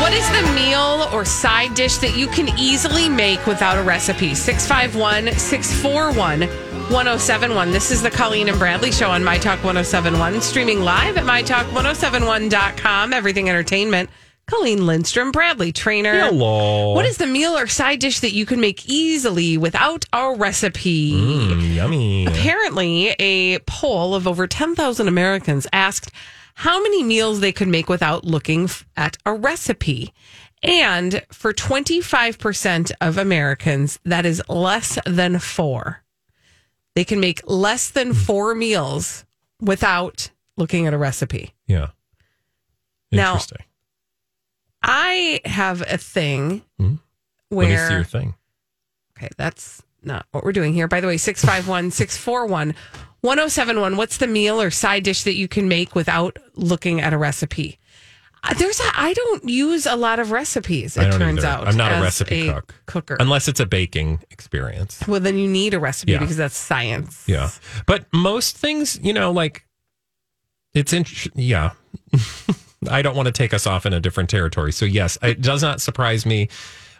What is the meal or side dish that you can easily make without a recipe? 651 641 1071. This is the Colleen and Bradley show on My Talk 1071, streaming live at MyTalk1071.com, everything entertainment. Colleen Lindstrom, Bradley Trainer. Hello. What is the meal or side dish that you can make easily without a recipe? Mm, yummy. Apparently, a poll of over 10,000 Americans asked how many meals they could make without looking f- at a recipe. And for 25% of Americans, that is less than four. They can make less Hmm. than four meals without looking at a recipe. Yeah. Now- Interesting. I have a thing Hmm. Let me see your where. thing. Okay, that's not what we're doing here. By the way, 651 641 1071. What's the meal or side dish that you can make without looking at a recipe? Uh, There's a, I don't use a lot of recipes, it I don't turns either. out. I'm not a as recipe cook. Cooker. Unless it's a baking experience. well, then you need a recipe Yeah. because that's science. Yeah. But most things, you know, like it's in yeah. I don't want to take us off in a different territory. So yes, it does not surprise me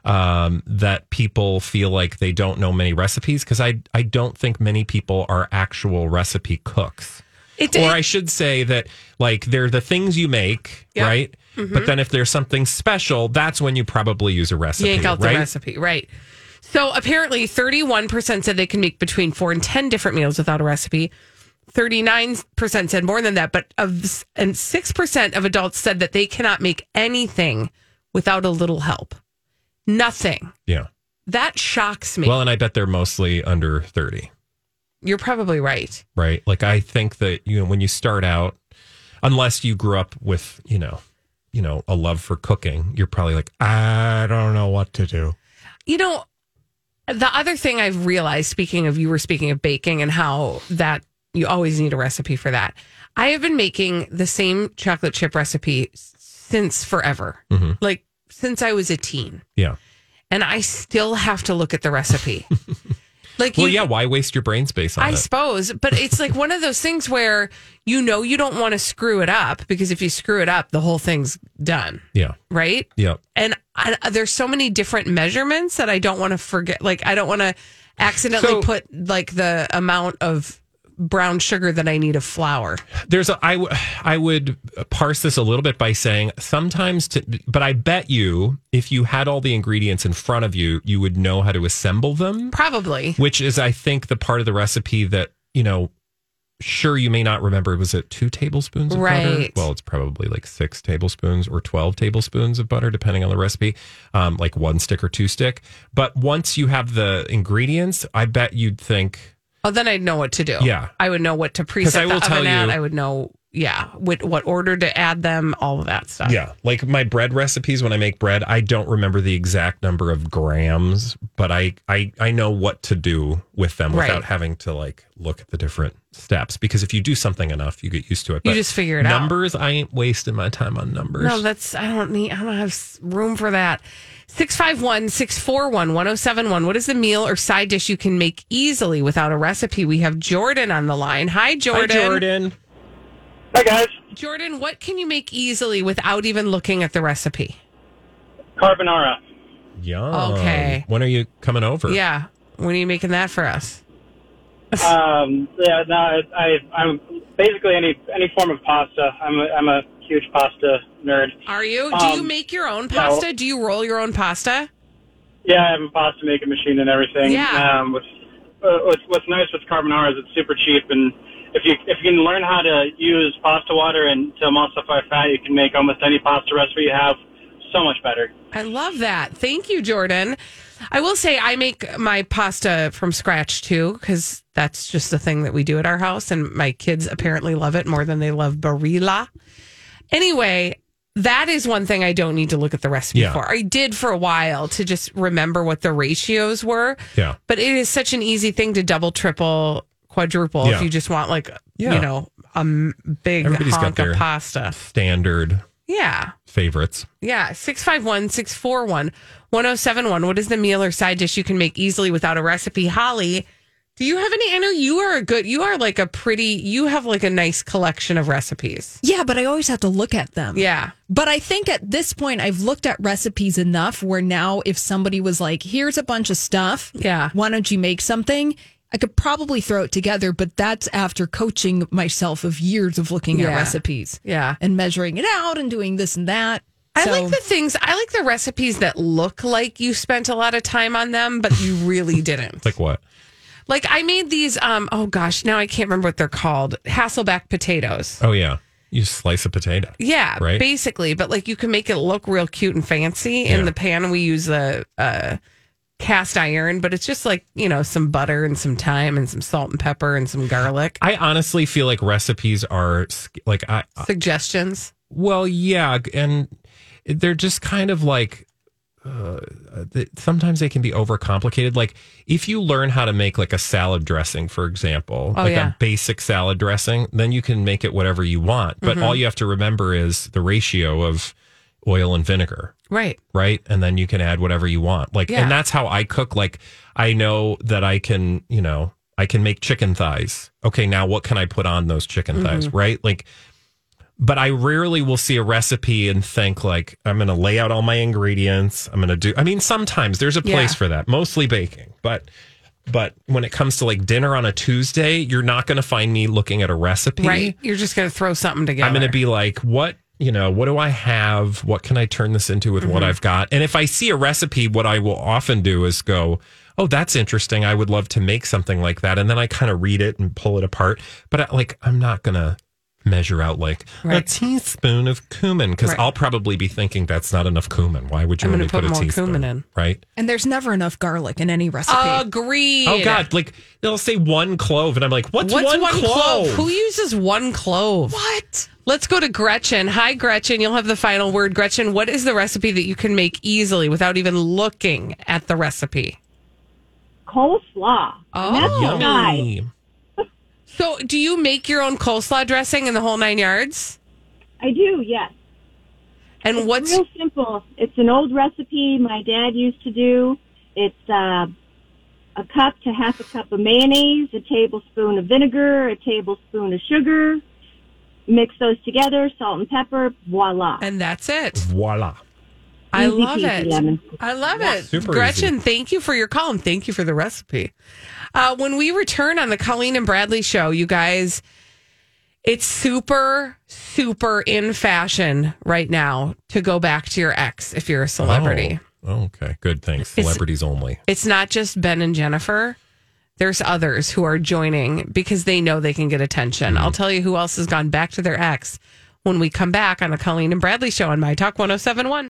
um, that people feel like they don't know many recipes because I I don't think many people are actual recipe cooks. It, it, Or I should say that like they're the things you make, Yeah. right? Mm-hmm. But then if there's something special, that's when you probably use a recipe, yank out the right? recipe, right? So apparently, thirty-one percent said they can make between four and ten different meals without a recipe. Thirty-nine percent said more than that, but of and six percent of adults said that they cannot make anything without a little help. Nothing. Yeah. That shocks me. Well, and I bet they're mostly under 30. You're probably right. right? Like I think that you know when you start out, unless you grew up with you know, you know, a love for cooking, you're probably like, I don't know what to do. You know, the other thing I've realized, speaking of you were speaking of baking and how that you always need a recipe for that. I have been making the same chocolate chip recipe s- since forever, Mm-hmm. like since I was a teen, Yeah. and I still have to look at the recipe. like, Well, you- yeah. Why waste your brain space on I it? suppose, but it's like one of those things where you know you don't want to screw it up because if you screw it up, the whole thing's done, yeah. right? Yeah. and I, there's so many different measurements that I don't want to forget. Like I don't want to accidentally So- put like the amount of brown sugar that I need of flour. There's a I w- I would parse this a little bit by saying sometimes to but I bet you if you had all the ingredients in front of you, you would know how to assemble them. Probably. which is I think the part of the recipe that you know. Sure, you may not remember. Was it two tablespoons of butter? Right. Well, it's probably like six tablespoons or twelve tablespoons of butter, depending on the recipe. Um, like one stick or two stick. But once you have the ingredients, I bet you'd think Oh, then I'd know what to do. Yeah. I would know what to 'Cause preset I the will oven tell at. you- I would know, yeah, what, what order to add them, all of that stuff. Yeah. Like my bread recipes, when I make bread, I don't remember the exact number of grams, but I, I, I know what to do with them Right. without having to like look at the different steps. Because if you do something enough, you get used to it. You just figure it out. numbers, I ain't wasting my time on numbers. No, that's I don't need I don't have s- room for that. 651 641 1071. What is the meal or side dish you can make easily without a recipe? We have Jordan on the line. Hi, Hi, Jordan. Jordan. Hi guys, Jordan, what can you make easily without even looking at the recipe? carbonara. Yum. Okay. When are you coming over? Yeah. When are you making that for us? Um, yeah, no, I, I, I'm basically any any form of pasta. I'm a, I'm a huge pasta nerd. Are you? Do you Um, make your own no. pasta? Do you roll your own pasta? Yeah, I have a pasta making machine and everything. Yeah. Um, what's, uh, what's what's nice with carbonara is it's super cheap, and if you if you can learn how to use pasta water and to emulsify fat, you can make almost any pasta recipe you have so much better. I love that. Thank you, Jordan. I will say I make my pasta from scratch too, because that's just the thing that we do at our house. And my kids apparently love it more than they love Barilla. Anyway, that is one thing I don't need to look at the recipe Yeah. for. I did for a while to just remember what the ratios were. Yeah. But it is such an easy thing to double, triple, quadruple if Yeah. you just want like, Yeah. you know, a m- big Everybody's got honk their- of pasta. Standard Yeah. favorites. Yeah, 651 641 1071. What is the meal or side dish you can make easily without a recipe? Holly, do you have any? I know you are a good, you are like a pretty, you have like a nice collection of recipes. Yeah, but I always have to look at them. Yeah. But I think at this point, I've looked at recipes enough where now if somebody was like, here's a bunch of stuff. Yeah. Why don't you make something? I could probably throw it together, but that's after coaching myself of years of looking Yeah. at recipes Yeah. and measuring it out and doing this and that. I So- like the things, I like the recipes that look like you spent a lot of time on them, but you really didn't. Like what? like, I made these, um, oh gosh, now I can't remember what they're called Hasselback potatoes. Oh yeah, you slice a potato. Yeah, Right? basically. But like you can make it look real cute and fancy. In Yeah. the pan, we use a, a cast iron, but it's just like, you know, some butter and some thyme and some salt and pepper and some garlic. I honestly feel like recipes are sk- like I Suggestions. well yeah, and they're just kind of like uh, th- sometimes they can be overcomplicated. Like if you learn how to make like a salad dressing, for example, Oh, like yeah. a basic salad dressing, then you can make it whatever you want. But Mm-hmm. all you have to remember is the ratio of oil and vinegar. Right. right? And then you can add whatever you want. Like, Yeah. and that's how I cook. Like, I know that I can, you know, I can make chicken thighs. Okay, now what can I put on those chicken Mm-hmm. thighs, right? Like, but I rarely will see a recipe and think like I'm going to lay out all my ingredients. I'm going to do. I mean, sometimes there's a place Yeah. for that. Mostly baking, but. But when it comes to like dinner on a Tuesday, you're not going to find me looking at a recipe. Right. You're just going to throw something together. I'm going to be like, what, you know, what do I have? What can I turn this into with Mm-hmm. what I've got? And if I see a recipe, what I will often do is go, oh, that's interesting. I would love to make something like that. And then I kind of read it and pull it apart. But I, like, I'm not going to measure out like a Right. teaspoon of cumin because Right. I'll probably be thinking that's not enough cumin. Why would you I'm only gonna put, put a more teaspoon cumin in. Right. and there's never enough garlic in any recipe. Agreed. Oh God! Like they'll say one clove, and I'm like, "What's, What's one, one, clove? clove? Who uses one clove? what? Let's go to Gretchen. Hi, Gretchen. You'll have the final word. Gretchen, what is the recipe that you can make easily without even looking at the recipe? coleslaw. Oh, Yummy. So, do you make your own coleslaw dressing in the whole nine yards? I do, yes. And It's what's real simple. It's an old recipe my dad used to do. It's uh, a cup to half a cup of mayonnaise, a tablespoon of vinegar, a tablespoon of sugar. Mix those together, salt and pepper. Voila. and that's it. Voila. I Easy love peasy it. lemon. I love it. Super Gretchen, thank you for your call and thank you for the recipe. Uh, when we return on the Colleen and Bradley show, you guys, it's super, super in fashion right now to go back to your ex if you're a celebrity. Oh, okay, good. Thanks. Celebrities only. it's not just Ben and Jennifer. There's others who are joining because they know they can get attention. I'll tell you who else has gone back to their ex when we come back on the Colleen and Bradley show on My Talk 1071.